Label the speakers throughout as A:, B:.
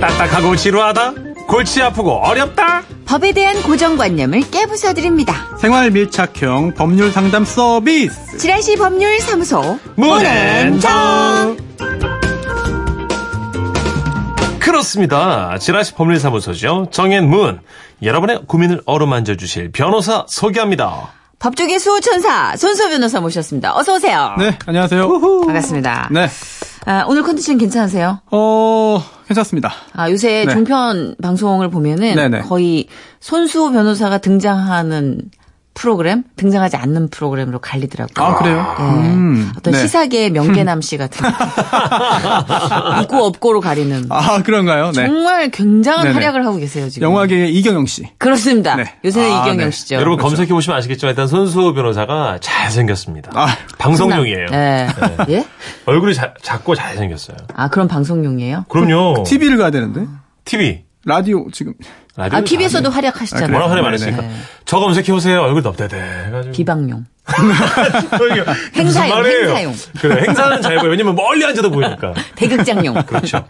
A: 딱딱하고 지루하다? 골치 아프고 어렵다?
B: 법에 대한 고정관념을 깨부숴드립니다.
C: 생활 밀착형 법률 상담 서비스. 네.
B: 지라시 법률사무소
A: 문앤정 그렇습니다. 지라시 법률사무소죠. 정앤문. 여러분의 고민을 어루만져 주실 변호사 소개합니다.
B: 법조계 수호천사 손소 변호사 모셨습니다. 어서 오세요.
C: 네, 안녕하세요.
B: 반갑습니다.
C: 네,
B: 아, 오늘 컨디션 괜찮으세요?
C: 어, 괜찮습니다.
B: 아, 요새
C: 네.
B: 종편 방송을 보면은
C: 네네.
B: 거의 손수호 변호사가 등장하는 프로그램, 등장하지 않는 프로그램으로 갈리더라고요.
C: 아, 그래요?
B: 예.
C: 음,
B: 어떤
C: 네. 음.
B: 시사계의 명계남 씨 같은 있고 없고로 가리는
C: 아, 그런가요? 네.
B: 정말 굉장한
C: 네네.
B: 활약을 하고 계세요 지금.
C: 영화계의 이경영 씨.
B: 그렇습니다.
C: 네.
B: 요새는
C: 아,
B: 이경영
C: 네.
B: 씨죠.
A: 여러분 검색해 보시면 아시겠지만 일단 손수호 변호사가 잘생겼습니다.
C: 아,
A: 방송용이에요.
B: 네. 예?
A: 얼굴이 자- 작고 잘생겼어요.
B: 아 그럼 방송용이에요?
A: 그럼요.
C: TV를 가야 되는데.
A: TV.
C: 라디오 지금.
A: 라디오
B: 아 TV에서도 활약하시잖아요.
C: 그래요?
A: 워낙 화내
C: 네,
A: 많으시니까.
B: 네.
A: 저 검색해 보세요. 얼굴 넙대대 해가지고.
B: 비방용.
A: 무슨
B: 행사용,
A: 말이에요?
B: 행사용.
A: 그래, 행사는 잘 보여. 왜냐면 멀리 앉아도 보이니까.
B: 대극장용.
A: 그렇죠.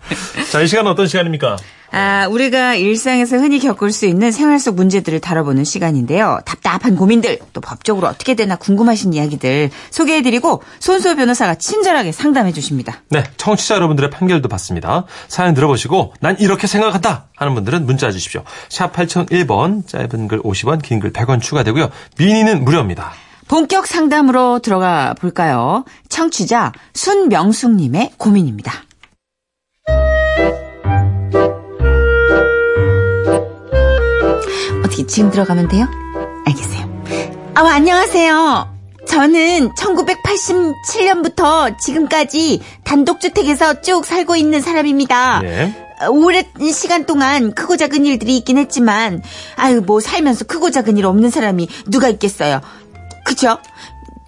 A: 자, 이 시간은 어떤 시간입니까?
B: 아, 우리가 일상에서 흔히 겪을 수 있는 생활 속 문제들을 다뤄보는 시간인데요. 답답한 고민들, 또 법적으로 어떻게 되나 궁금하신 이야기들 소개해드리고 손수호 변호사가 친절하게 상담해 주십니다.
A: 네, 청취자 여러분들의 판결도 받습니다. 사연 들어보시고 난 이렇게 생각한다 하는 분들은 문자 주십시오. 샵 8001번, 짧은 글 50원, 긴 글 100원 추가되고요. 미니는 무료입니다.
B: 본격 상담으로 들어가 볼까요? 청취자 순명숙님의 고민입니다. 어떻게 지금 들어가면 돼요? 알겠어요. 아, 안녕하세요. 저는 1987년부터 지금까지 단독주택에서 쭉 살고 있는 사람입니다.
A: 예.
B: 어, 오랜 시간 동안 크고 작은 일들이 있긴 했지만, 아유, 뭐 살면서 크고 작은 일 없는 사람이 누가 있겠어요. 그죠?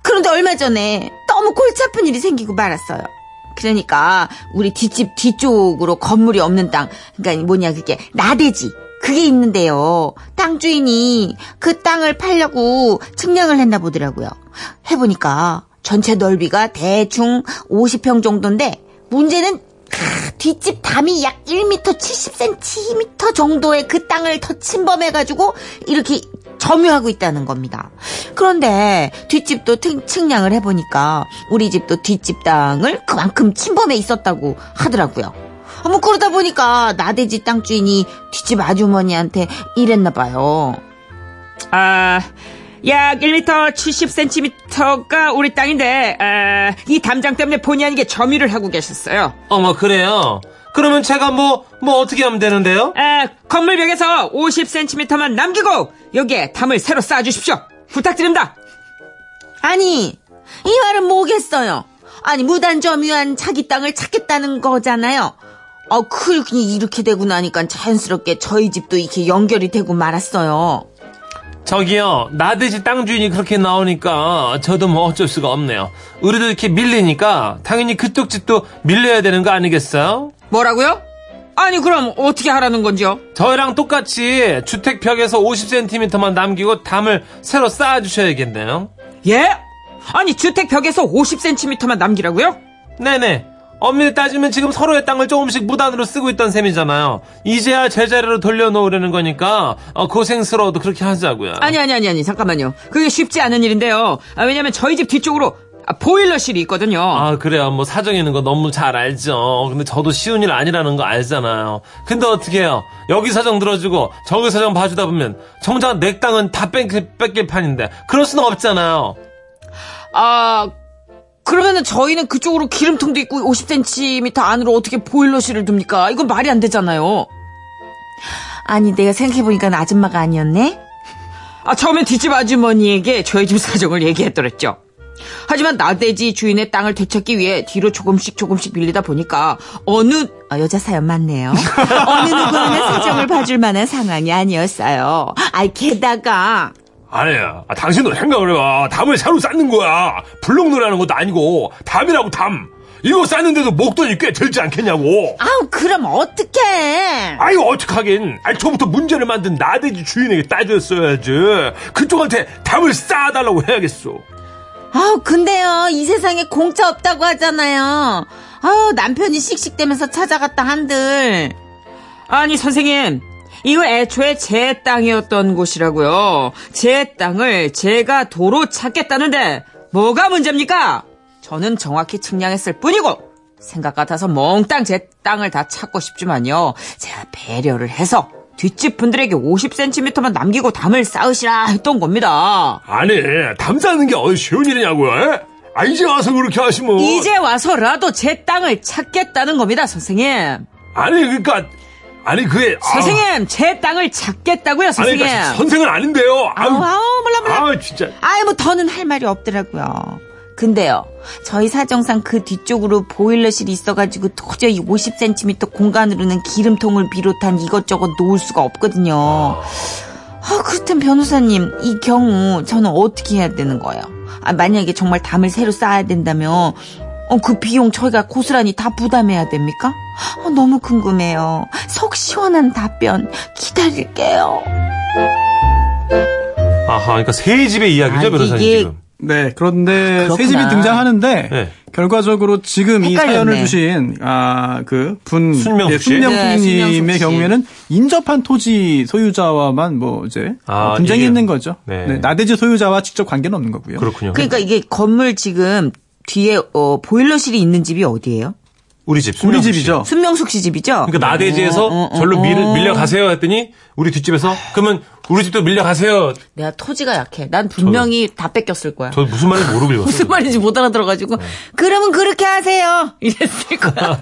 B: 그런데 얼마 전에 너무 골치 아픈 일이 생기고 말았어요. 그러니까, 우리 뒷집 뒤쪽으로 건물이 없는 땅, 그러니까 뭐냐, 그게, 나대지. 그게 있는데요. 땅 주인이 그 땅을 팔려고 측량을 했나 보더라고요. 해보니까 전체 넓이가 대충 50평 정도인데, 문제는 뒷집 담이 약 1m 70cm 정도의 그 땅을 더 침범해가지고 이렇게 점유하고 있다는 겁니다. 그런데 뒷집도 특- 측량을 해보니까 우리 집도 뒷집 땅을 그만큼 침범해 있었다고 하더라고요. 아, 뭐 그러다 보니까 나대지 땅 주인이 뒷집 아주머니한테 이랬나 봐요.
D: 아, 약 1m 70cm가 우리 땅인데 아, 이 담장 때문에 본의 아니게 점유를 하고 계셨어요.
A: 어머, 그래요? 그러면 제가 뭐, 뭐 어떻게 하면 되는데요?
D: 아, 건물벽에서 50cm만 남기고 여기에 담을 새로 쌓아주십시오. 부탁드립니다.
B: 아니, 이 말은 뭐겠어요? 아니, 무단점유한 자기 땅을 찾겠다는 거잖아요. 어, 그, 그냥 이렇게 되고 나니까 자연스럽게 저희 집도 이렇게 연결이 되고 말았어요.
A: 저기요, 나대지 땅 주인이 그렇게 나오니까 저도 뭐 어쩔 수가 없네요. 우리도 이렇게 밀리니까 당연히 그쪽 집도 밀려야 되는 거 아니겠어요?
D: 뭐라고요? 아니 그럼 어떻게 하라는 건지요?
A: 저희랑 똑같이 주택 벽에서 50cm만 남기고 담을 새로 쌓아주셔야겠네요.
D: 예? 아니 주택 벽에서 50cm만 남기라고요?
A: 네네. 엄밀히 따지면 지금 서로의 땅을 조금씩 무단으로 쓰고 있던 셈이잖아요. 이제야 제자리로 돌려놓으려는 거니까 어, 고생스러워도 그렇게 하자고요.
D: 아니 아니 아니 아니 잠깐만요. 그게 쉽지 않은 일인데요. 아, 왜냐면 저희 집 뒤쪽으로 아, 보일러실이 있거든요.
A: 아 그래요. 뭐 사정 있는 거 너무 잘 알죠. 근데 저도 쉬운 일 아니라는 거 알잖아요. 근데 어떻게 해요? 여기 사정 들어주고 저기 사정 봐주다 보면 정작 내 땅은 다 뺏길, 뺏길 판인데 그럴 수는 없잖아요.
D: 아, 그러면은 저희는 그쪽으로 기름통도 있고 50cm 안으로 어떻게 보일러실을 둡니까? 이건 말이 안 되잖아요.
B: 아니, 내가 생각해보니까 아줌마가 아니었네?
D: 아, 처음엔 뒷집 아주머니에게 저희 집 사정을 얘기했더랬죠. 하지만 나대지 주인의 땅을 되찾기 위해 뒤로 조금씩 조금씩 밀리다 보니까 어느
B: 어, 여자 사연 맞네요. 어느 누구나 사정을 봐줄 만한 상황이 아니었어요. 아이, 게다가,
E: 아니야. 아, 당신도 생각을 해봐. 담을 새로 쌓는 거야. 블록놀이라는 것도 아니고 담이라고 담. 이거 쌓는데도 목돈이 꽤 들지 않겠냐고.
B: 아우, 그럼 어떡해!
E: 아유 어떡하긴. 아, 처음부터 문제를 만든 나대지 주인에게 따졌어야지. 그쪽한테 담을 쌓아달라고 해야겠어.
B: 아우, 근데요, 이 세상에 공짜 없다고 하잖아요. 아우, 남편이 씩씩대면서 찾아갔다 한들.
D: 아니 선생님 이거 애초에 제 땅이었던 곳이라고요. 제 땅을 제가 도로 찾겠다는데 뭐가 문제입니까? 저는 정확히 측량했을 뿐이고 생각 같아서 몽땅 제 땅을 다 찾고 싶지만요. 제가 배려를 해서 뒷집 분들에게 50cm만 남기고 담을 쌓으시라 했던 겁니다.
E: 아니, 담 쌓는 게 어디 쉬운 일이냐고요? 에? 아, 이제 와서 그렇게 하시면.
A: 뭐
D: 이제 와서라도 제 땅을 찾겠다는 겁니다, 선생님.
E: 아니, 그러니까. 아니, 그게. 아,
D: 선생님, 제 땅을 찾겠다고요,
E: 아니,
D: 선생님.
E: 그러니까 선생은 아닌데요.
B: 아우,
E: 아우,
B: 아우, 몰라, 몰라.
E: 아 진짜.
B: 아이 뭐 더는 할 말이 없더라고요. 근데요, 저희 사정상 그 뒤쪽으로 보일러실이 있어가지고 도저히 50cm 공간으로는 기름통을 비롯한 이것저것 놓을 수가 없거든요. 아, 그렇다면 변호사님, 이 경우 저는 어떻게 해야 되는 거예요? 아, 만약에 정말 담을 새로 쌓아야 된다면, 어, 그 비용 저희가 고스란히 다 부담해야 됩니까? 어, 너무 궁금해요. 속 시원한 답변 기다릴게요.
A: 아하, 그러니까 세 집의 이야기죠,
B: 아,
A: 변호사님
B: 이게-
A: 지금.
C: 네, 그런데
B: 그렇구나.
C: 새 집이 등장하는데
A: 네.
C: 결과적으로 지금
B: 헷갈렸네.
C: 이 사연을 주신 아, 아그분 예,
A: 순명숙 씨?
B: 네,
C: 순명숙님의
B: 순명숙 씨.
C: 경우에는 인접한 토지 소유자와만 뭐 이제
A: 아,
C: 어, 분쟁이
A: 이게-
C: 있는 거죠.
A: 네.
C: 네. 나대지 소유자와 직접 관계는 없는 거고요.
A: 그렇군요.
B: 그러니까 이게 건물 지금 뒤에 어, 보일러실이 있는 집이 어디예요?
A: 우리 집,
C: 우리
A: 순명 씨.
C: 집이죠.
B: 순명숙 씨 집이죠?
A: 그러니까 나대지에서 절로 밀, 밀려가세요 했더니 우리 뒷집에서 그러면 우리 집도 밀려가세요.
B: 내가 토지가 약해. 난 분명히 다 뺏겼을 거야.
A: 저 무슨 말인지 모르고 읽었어요.
B: 무슨 말인지 못 알아들어가지고
A: 네.
B: 그러면 그렇게 하세요 이랬을 거야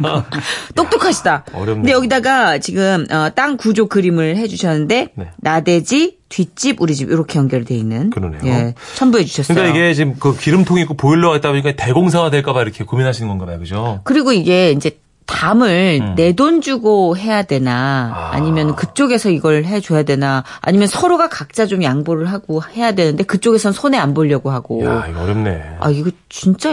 B: 똑똑하시다
A: 어렵네요.
B: 근데 여기다가 지금 어, 땅 구조 그림을 해주셨는데
A: 네.
B: 나대지 뒷집 우리 집 이렇게 연결돼 있는
A: 그러네요.
B: 예, 첨부해 주셨어요
A: 그러니까 이게 지금 그 기름통 있고 보일러가 있다 보니까 대공사가 될까봐 이렇게 고민하시는 건가 봐요. 그죠?
B: 그리고 이게 이제 담을
A: 음.
B: 내 돈 주고 해야 되나
A: 아.
B: 아니면 그쪽에서 이걸 해줘야 되나 아니면 서로가 각자 좀 양보를 하고 해야 되는데 그쪽에선 손해 안 보려고 하고
A: 야, 이거 어렵네.
B: 아 이거 진짜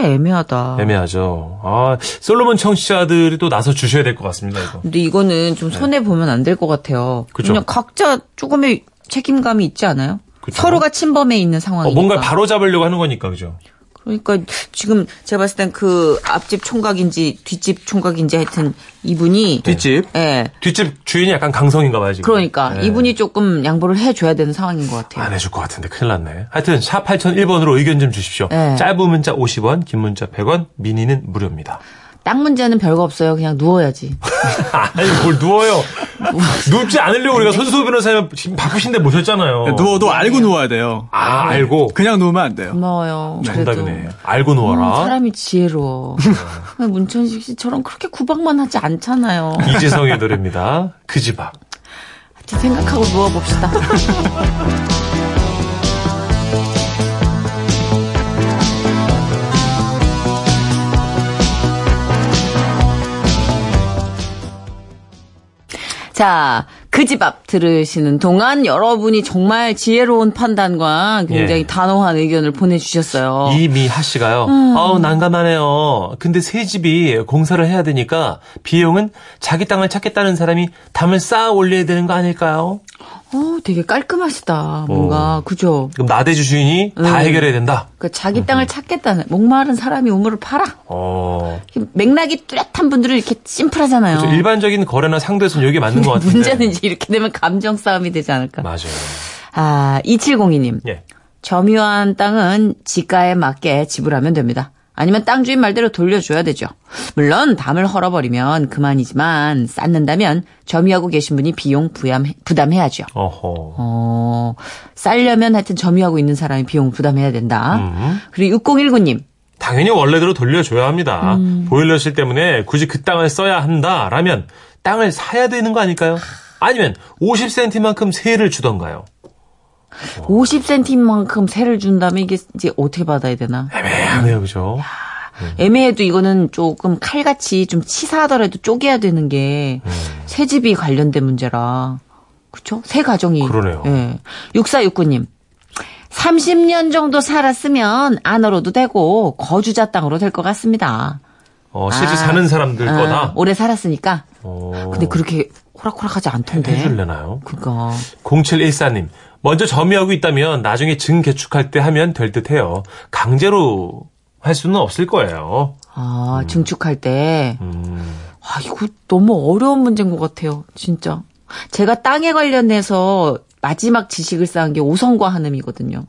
B: 애매하다.
A: 애매하죠. 아, 솔로몬 청취자들이 또 나서 주셔야 될 것 같습니다, 이거.
B: 근데 이거는 좀 손해 보면 안 될 것 같아요. 그
A: 네. 그죠.
B: 냥 각자 조금의 책임감이 있지 않아요?
A: 그죠.
B: 서로가 침범해 있는
A: 어,
B: 상황이니까.
A: 뭔가 바로 잡으려고 하는 거니까, 그죠?
B: 그러니까 지금 제가 봤을 땐 그 앞집 총각인지 뒷집 총각인지 하여튼 이분이
A: 네.
C: 뒷집
B: 예.
A: 뒷집 주인이 약간 강성인가 봐요, 지금.
B: 그러니까
A: 예.
B: 이분이 조금 양보를 해줘야 되는 상황인 것 같아요.
A: 안 해줄 것 같은데 큰일 났네. 하여튼 샵 8001번으로 의견 좀 주십시오.
B: 네.
A: 짧은 문자 50원, 긴 문자 100원, 미니는 무료입니다.
B: 땅 문제는 별거 없어요. 그냥 누워야지.
A: 아니 뭘 누워요. 눕지 않으려고 우리가 손수호 변호사님 지금 바쁘신데 모셨잖아요.
C: 네, 누워도 알고 누워야 돼요.
A: 아 알고
C: 그냥 누우면 안 돼요.
B: 고마워요. 그래도
A: 정답이네. 알고
B: 음,
A: 누워라.
B: 사람이 지혜로워.
A: 네.
B: 왜 문천식 씨처럼 그렇게 구박만 하지 않잖아요.
A: 이지성의 노래입니다. 그 집 앞.
B: 하여튼 생각하고 누워봅시다. 자, 그 집 앞 들으시는 동안 여러분이 정말 지혜로운 판단과 굉장히
A: 예.
B: 단호한 의견을 보내주셨어요. 음.
A: 이미하 씨가요. 아우 난감하네요. 근데 새 집이 공사를 해야 되니까 비용은 자기 땅을 찾겠다는 사람이 담을 쌓아 올려야 되는 거 아닐까요?
B: 어, 되게 깔끔하시다. 뭔가,
A: 어.
B: 그죠?
A: 그럼 나대주 주인이 다 해결해야 된다.
B: 그러니까
A: 음.
B: 자기 땅을 찾겠다는, 목마른 사람이 우물을 팔아.
A: 어.
B: 맥락이 뚜렷한 분들은 이렇게 심플하잖아요.
A: 저 일반적인 거래나 상도에서는 여기 맞는 것 같은데.
B: 어. 문제는 이제 이렇게 되면 감정 싸움이 되지 않을까.
A: 맞아요.
B: 아, 2702님.
A: 예.
B: 점유한 땅은 지가에 맞게 지불하면 됩니다. 아니면 땅 주인 말대로 돌려줘야 되죠. 물론 담을 헐어버리면 그만이지만 쌓는다면 점유하고 계신 분이 비용 부담, 부담해야죠.
A: 어허.
B: 어, 쌓려면 하여튼 점유하고 있는 사람이 비용 부담해야 된다.
A: 음.
B: 그리고 6019님.
A: 당연히 원래대로 돌려줘야 합니다.
B: 음.
A: 보일러실 때문에 굳이 그 땅을 써야 한다라면 땅을 사야 되는 거 아닐까요? 아니면 50cm만큼 세를 주던가요?
B: 50cm만큼 세를 준다면 이게 이제 어떻게 받아야 되나?
A: 애매하네요, 그죠?
B: 애매해도 이거는 조금 칼같이 좀 치사하더라도 쪼개야 되는 게
A: 음.
B: 새집이 관련된 문제라. 그쵸? 새 가정이.
A: 그러네요.
B: 예. 6469님. 30년 정도 살았으면 안으로도 되고 거주자 땅으로 될 것 같습니다.
A: 어, 실제
B: 아.
A: 사는 사람들
B: 아,
A: 거다.
B: 오래 살았으니까.
A: 어,
B: 근데 그렇게 네. 호락호락하지 않던데. 그러니까.
A: 해줄래나요?
B: 그니까.
A: 0714님. 먼저 점유하고 있다면 나중에 증 개축할 때 하면 될 듯해요. 강제로 할 수는 없을 거예요.
B: 아, 증축할 때.
A: 음,
B: 아, 이거 너무 어려운 문제인 것 같아요. 진짜. 제가 땅에 관련해서 마지막 지식을 쌓은 게 오성과 한음이거든요.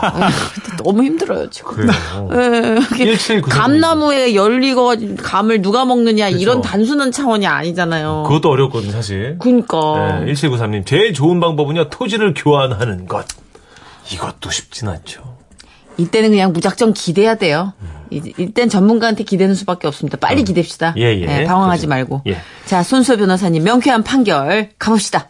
B: 아유, 근데 너무 힘들어요, 지금. 예, 이게
A: 1799.
B: 감나무에 열리고 감을 누가 먹느냐 이런 단순한 차원이 아니잖아요.
A: 그렇죠. 음, 그것도 어렵거든 사실.
B: 그러니까
A: 네, 1793님 제일 좋은 방법은요 토지를 교환하는 것. 이것도 쉽진 않죠.
B: 이때는 그냥 무작정 기대야 돼요.
A: 음.
B: 이- 일단 전문가한테 기대는 수밖에 없습니다. 빨리 기댑시다. 네,
A: 예, 예.
B: 당황하지
A: 그죠.
B: 말고.
A: 예.
B: 자, 손수 변호사님 명쾌한 판결 가봅시다.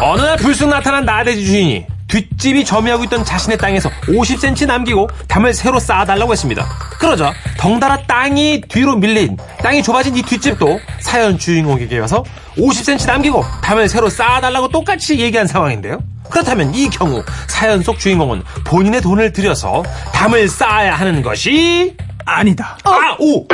A: 어느 날 불쑥 나타난 나대지 주인이 뒷집이 점유하고 있던 자신의 땅에서 50cm 남기고 담을 새로 쌓아달라고 했습니다. 그러자 덩달아 땅이 뒤로 밀린 땅이 좁아진 이 뒷집도 사연 주인공에게 와서 50cm 남기고 담을 새로 쌓아달라고 똑같이 얘기한 상황인데요. 그렇다면 이 경우 사연 속 주인공은 본인의 돈을 들여서 담을 쌓아야 하는 것이
C: 아니다.
A: 아! 오!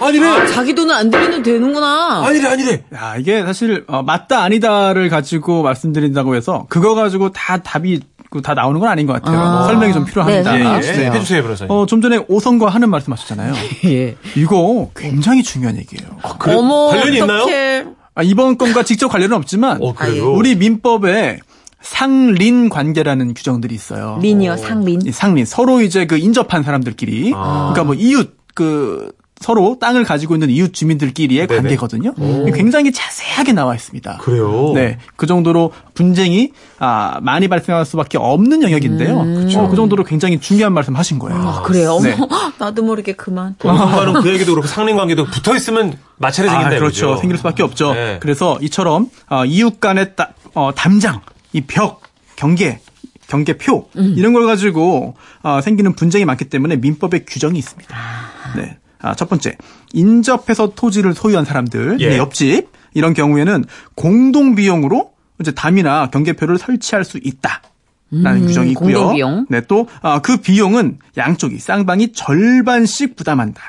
A: 아니래!
B: 자기 돈은 안 드리면 되는구나.
A: 아니래 아니래!
C: 야, 이게 사실 어, 맞다 아니다를 가지고 말씀드린다고 해서 그거 가지고 다 답이 그, 다 나오는 건 아닌 것 같아요.
B: 아.
C: 설명이 좀 필요합니다.
B: 네, 네.
C: 아,
A: 예, 해주세요 변호사님.
C: 어, 좀 전에 오성과 하는 말씀하셨잖아요.
B: 예.
C: 이거 굉장히 중요한 얘기예요.
A: 그래-
B: 어머,
A: 관련이 있나요?
B: 어떡해.
C: 아, 이번 건과 직접 관련은 없지만
A: 어, 그래요?
C: 우리 민법에 상린 관계라는 규정들이 있어요.
B: 린이요, 상린.
C: 이 상린 서로 이제 그 인접한 사람들끼리
A: 아.
C: 그러니까 뭐 이웃 그 서로 땅을 가지고 있는 이웃 주민들끼리의 관계거든요. 이게 굉장히 자세하게 나와 있습니다.
A: 그래요?
C: 네, 그 정도로 분쟁이 아, 많이 발생할 수밖에 없는 영역인데요. 어, 그 정도로 굉장히 중요한 말씀하신 거예요.
B: 음. 아, 그래요? 어머,
C: 네.
B: 나도 모르게 그만.
A: 공간은 그 얘기도 그렇고 상린관계도 붙어 있으면 마찰이 생긴다.
C: 아, 그렇죠.
A: 이거죠.
C: 생길 수밖에 없죠.
A: 네.
C: 그래서 이처럼 어, 이웃 간의 따- 어, 담장, 이 벽, 경계, 경계표
B: 음.
C: 이런 걸 가지고 어, 생기는 분쟁이 많기 때문에 민법에 규정이 있습니다. 네. 아, 첫 번째 인접해서 토지를 소유한 사람들,
A: 예.
C: 네, 옆집 이런 경우에는 공동 비용으로 이제 담이나 경계표를 설치할 수 있다. 라는 규정이 있고요.
B: 음, 공동 비용.
C: 네, 또, 아, 그 비용은 양쪽이, 쌍방이 절반씩 부담한다.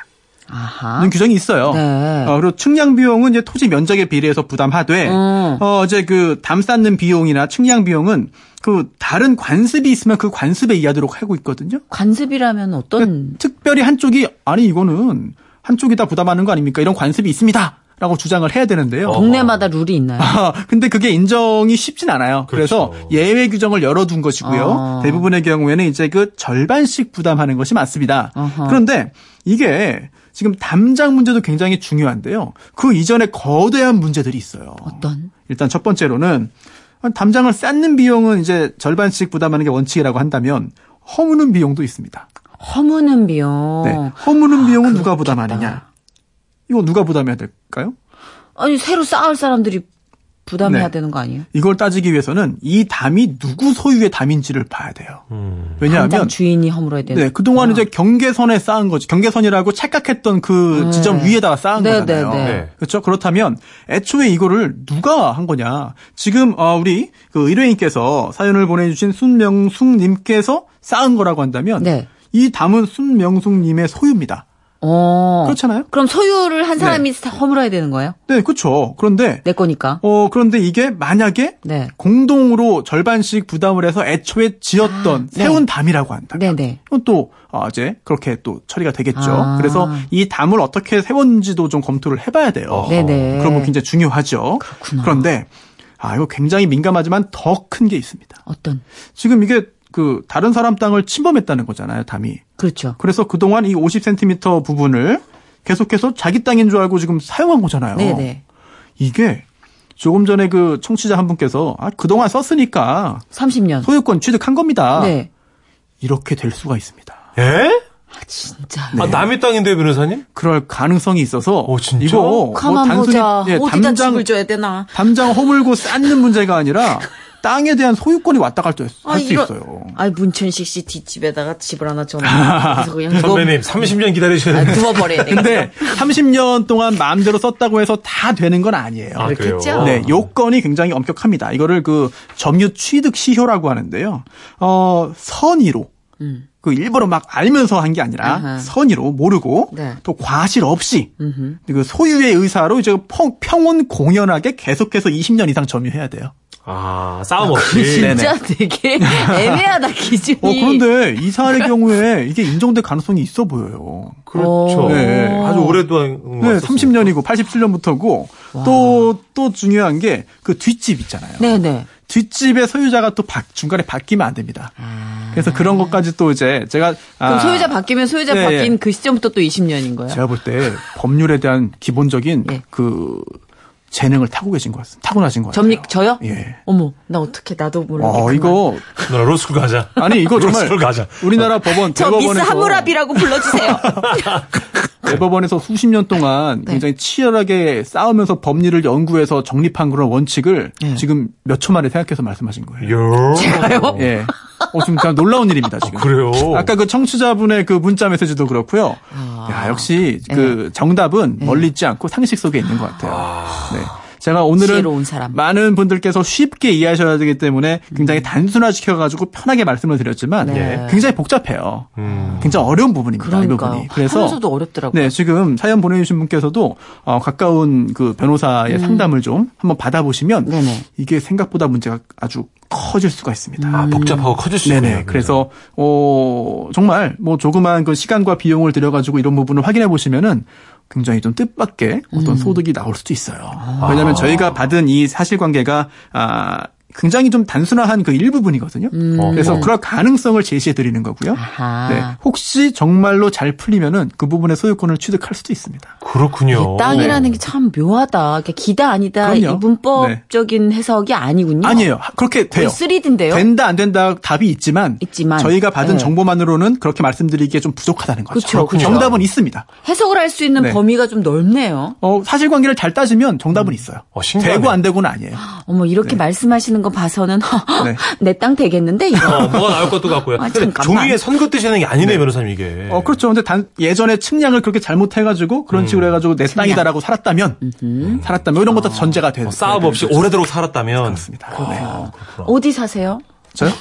B: 아하.
C: 는 규정이 있어요.
B: 네.
C: 어, 그리고 측량 비용은 이제 토지 면적에 비례해서 부담하되 어 이제 그 담 쌓는 비용이나 측량 비용은 그 다른 관습이 있으면 그 관습에 의하도록 하고 있거든요. 그러니까
B: 관습이라면
C: 네.
B: 어떤,
C: 특별히 한쪽이 아니 이거는 한쪽이 다 부담하는 거 아닙니까? 이런 관습이 있습니다라고 주장을 해야 되는데요.
B: 어, 동네마다 룰이 있나요?
C: 아, 근데 그게 인정이 쉽진 않아요. 그래서 예외 규정을 열어둔 것이고요.
B: 아.
C: 대부분의 경우에는 이제 그 절반씩 부담하는 것이 맞습니다.
B: 아하.
C: 그런데 이게 지금 담장 문제도 굉장히 중요한데요. 그 이전에 거대한 문제들이 있어요.
B: 어떤?
C: 일단 첫 번째로는 담장을 쌓는 비용은 이제 절반씩 부담하는 게 원칙이라고 한다면 허무는 비용도 있습니다.
B: 허무는 비용. 아,
C: 네. 허무는 비용은 누가 부담하느냐? 이거 누가 부담해야 될까요?
B: 아니, 새로 쌓을 사람들이 부담해야
C: 네.
B: 되는 거 아니에요?
C: 이걸 따지기 위해서는 이 담이 누구 소유의 담인지를 봐야 돼요.
B: 당장
A: 음.
C: 왜냐하면
B: 주인이 허물어야 되는.
C: 네, 그동안 이제 경계선에 쌓은 거지. 경계선이라고 착각했던 그 지점 위에다가 쌓은
B: 네,
C: 거잖아요.
B: 네, 네.
A: 네.
C: 그렇죠? 그렇다면 애초에 이거를 누가 한 거냐? 지금 어, 우리 그 의뢰인께서 사연을 보내 주신 순명숙 님께서 쌓은 거라고 한다면
B: 네.
C: 이 담은 순명숙 님의 소유입니다.
B: 어.
C: 그렇잖아요?
B: 그럼 소유를 한 사람이 허물어야 되는 거예요?
C: 네, 그렇죠. 그런데
B: 내 거니까.
C: 어, 그런데 이게 만약에
B: 네.
C: 공동으로 절반씩 부담을 해서 애초에 지었던
B: 네.
C: 세운 담이라고 한다.
B: 네네.
C: 이건 또 아, 이제 그렇게 또 처리가 되겠죠.
B: 아.
C: 그래서 이 담을 어떻게 세웠는지도 좀 검토를 해봐야 돼요.
B: 어. 네네.
C: 그런 건 굉장히 중요하죠.
B: 그렇구나.
C: 런데 아, 이거 굉장히 민감하지만 더 큰 게 있습니다.
B: 어떤?
C: 지금 이게 그 다른 사람 땅을 침범했다는 거잖아요, 담이.
B: 그렇죠.
C: 그래서 그동안 이 50cm 부분을 계속해서 자기 땅인 줄 알고 지금 사용한 거잖아요.
B: 네네.
C: 이게 조금 전에 그 청취자 한 분께서 아, 그동안 썼으니까
B: 30년.
C: 소유권 취득한 겁니다.
B: 네.
C: 이렇게 될 수가 있습니다.
A: 예?
B: 진짜.
C: 네.
A: 아, 남의 땅인데 변호사님?
C: 그럴 가능성이 있어서
A: 어, 진짜?
C: 이거 뭐
B: 가만 보자.
C: 예,
B: 어디다
C: 담장
B: 집을 줘야 되나?
C: 담장 허물고 쌓는 문제가 아니라 땅에 대한 소유권이 왔다 갈수
B: 아, 이거-
C: 있어요.
B: 아이 문천식 씨 뒷집에다가 집을 하나 줘. 그래서
C: 어?
B: 그냥 누워,
A: 선배님, 30년 기다리셔야
B: 아,
C: 네.
A: 돼요.
B: 누워버려야 돼.
C: 근데 30년 동안 마음대로 썼다고 해서 다 되는 건 아니에요.
A: 아, 그래요?
B: 그렇겠죠?
C: 네, 요건이 굉장히 엄격합니다. 이거를 그 점유 취득 시효라고 하는데요. 어, 선의로. 그 일부러 막 알면서 한 게 아니라
B: 아하.
C: 선의로 모르고
B: 네.
C: 또 과실 없이 그 소유의 의사로 이제 평, 평온 공연하게 계속해서 20년 이상 점유해야 돼요.
A: 아, 싸움 없이.
C: 네,
F: 진짜 되게 애매하다 기준이.
C: 어, 그런데 이 사안의 경우에 이게 인정될 가능성이 있어 보여요.
A: 그렇죠.
C: 네.
A: 아주 오랫동안.
C: 네, 30년이고 87년부터고 또 또 중요한 게 그 뒷집 있잖아요.
F: 네네.
C: 뒷집의 소유자가 또 바- 중간에 바뀌면 안 됩니다. 그래서 그런 것까지 또 이제 제가
F: 그럼
C: 아,
F: 소유자 바뀌면 소유자
C: 예,
F: 바뀐
C: 예.
F: 그 시점부터 또 20년인 거예요.
C: 제가 볼 때 법률에 대한 기본적인
F: 예.
C: 그 재능을 타고 계신 것 같습니다. 타고나신 것 같아요.
F: 점닉 저요?
C: 예.
F: 어머, 나 어떻게 나도 모르게.
C: 어,
F: 가만-
C: 이거
A: 누나 로스쿨 가자.
C: 아니 이거 정말
A: 로스쿨 가자.
C: 우리나라 법원
B: 저 미스
C: 대법원에서
B: 하무라비라고 불러주세요.
C: 대법원에서 수십 년 동안
F: 네.
C: 굉장히 치열하게 싸우면서 법리를 연구해서 정립한 그런 원칙을
F: 예.
C: 지금 몇 초 만에 생각해서 말씀하신 거예요.
A: 요.
F: 제가요?
C: 예. 어, 지금 참 놀라운 일입니다, 지금.
A: 그래요.
C: 아까 그 청취자분의 그 문자 메시지도 그렇고요.
F: 아.
C: 야, 역시 그
F: 예.
C: 정답은 멀리 있지 않고 상식 속에 있는 것 같아요. 네. 제가
F: 지혜로운
C: 오늘은
F: 사람. 음.
C: 많은 분들께서 쉽게 이해하셔야 되기 때문에 굉장히 단순화시켜가지고 편하게 말씀을 드렸지만
F: 네.
C: 굉장히 복잡해요.
A: 음.
C: 굉장히 어려운 부분입니다. 이
F: 그러니까
C: 부분이. 그래서
F: 하면서도 어렵더라고요.
C: 네, 지금 사연 보내주신 분께서도 어, 가까운 그 변호사의 상담을 좀 한번 받아보시면
F: 음. 네네.
C: 이게 생각보다 문제가 아주 커질 수가 있습니다.
A: 아, 복잡하고 커질 수 있네요.
C: 네네. 그래서 어 정말 뭐 조그만 그 시간과 비용을 들여가지고 이런 부분을 확인해 보시면은 굉장히 좀 뜻밖의
F: 음.
C: 어떤 소득이 나올 수도 있어요.
F: 아.
C: 왜냐하면 저희가 받은 이 사실관계가 아 굉장히 좀 단순화한 그 일부분이거든요. 그래서 그럴 가능성을 제시해 드리는 거고요.
F: 음. 어. 아하.
C: 네. 혹시 정말로 잘 풀리면은 그 부분의 소유권을 취득할 수도 있습니다.
A: 그렇군요.
F: 땅이라는 게 참 묘하다. 이렇게 기다 아니다
C: 어, 네. 그럼요. 네.
F: 이 문법적인 해석이 아니군요.
C: 아니에요. 하- 그렇게 돼요.
F: 3D인데요.
C: 된다 안 된다 답이 있지만,
F: 있지만.
C: 저희가 받은
F: 네.
C: 정보만으로는 그렇게 말씀드리기에 좀 부족하다는 거죠.
F: 그쵸, 그쵸.
C: 정답은 있습니다.
F: 해석을 할 수 있는
C: 네.
F: 범위가 좀 넓네요.
C: 어, 사실관계를 잘 따지면 정답은 있어요.
A: 어, 신기하네.
C: 되고 안 되고는 아니에요.
F: 어머 이렇게 말씀하시는 거 봐서는
C: 네.
F: 내 땅 되겠는데
A: 어,
F: 이거.
A: 뭐가 나올 것도 같고요.
F: 아, 잠깐만.
A: 종이에 선긋 뜨시는 게 아니네, 음. 변호사님 이게.
C: 어, 그렇죠. 근데 단, 예전에 측량을 그렇게 잘못해가지고 그런 식으로 해가지고 내 땅이다라고 살았다면, 살았다면 이런 것도 전제가 돼요.
A: 어, 싸움 없이 오래도록 살았다면. 어,
C: 그렇습니다.
F: 어디 사세요?
C: 네. 저요?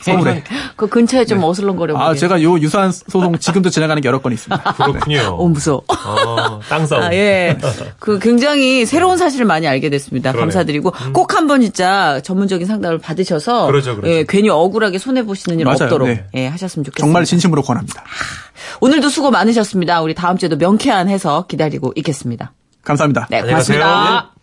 C: 서울에.
F: 그 근처에 좀 어슬렁거려 보게.
C: 아, 제가 요 유사한 소송 지금도 진행하는 게 여러 건 있습니다.
A: 그렇군요.
F: 어 무서워.
A: 어, 땅 싸움.
F: 아, 예. 그 굉장히 새로운 사실을 많이 알게 됐습니다.
A: 그러네요. 음.
F: 감사드리고 꼭 한번 진짜 전문적인 상담을 받으셔서
A: 그러죠, 그러죠.
F: 예, 괜히 억울하게 손해 보시는 일
C: 맞아요.
F: 없도록
C: 네.
F: 예, 하셨으면 좋겠습니다.
C: 정말 진심으로 권합니다.
F: 오늘도 수고 많으셨습니다. 우리 다음 주에도 명쾌한 해석 기다리고 있겠습니다.
C: 감사합니다.
F: 네,
A: 안녕히 가세요.
F: 고맙습니다.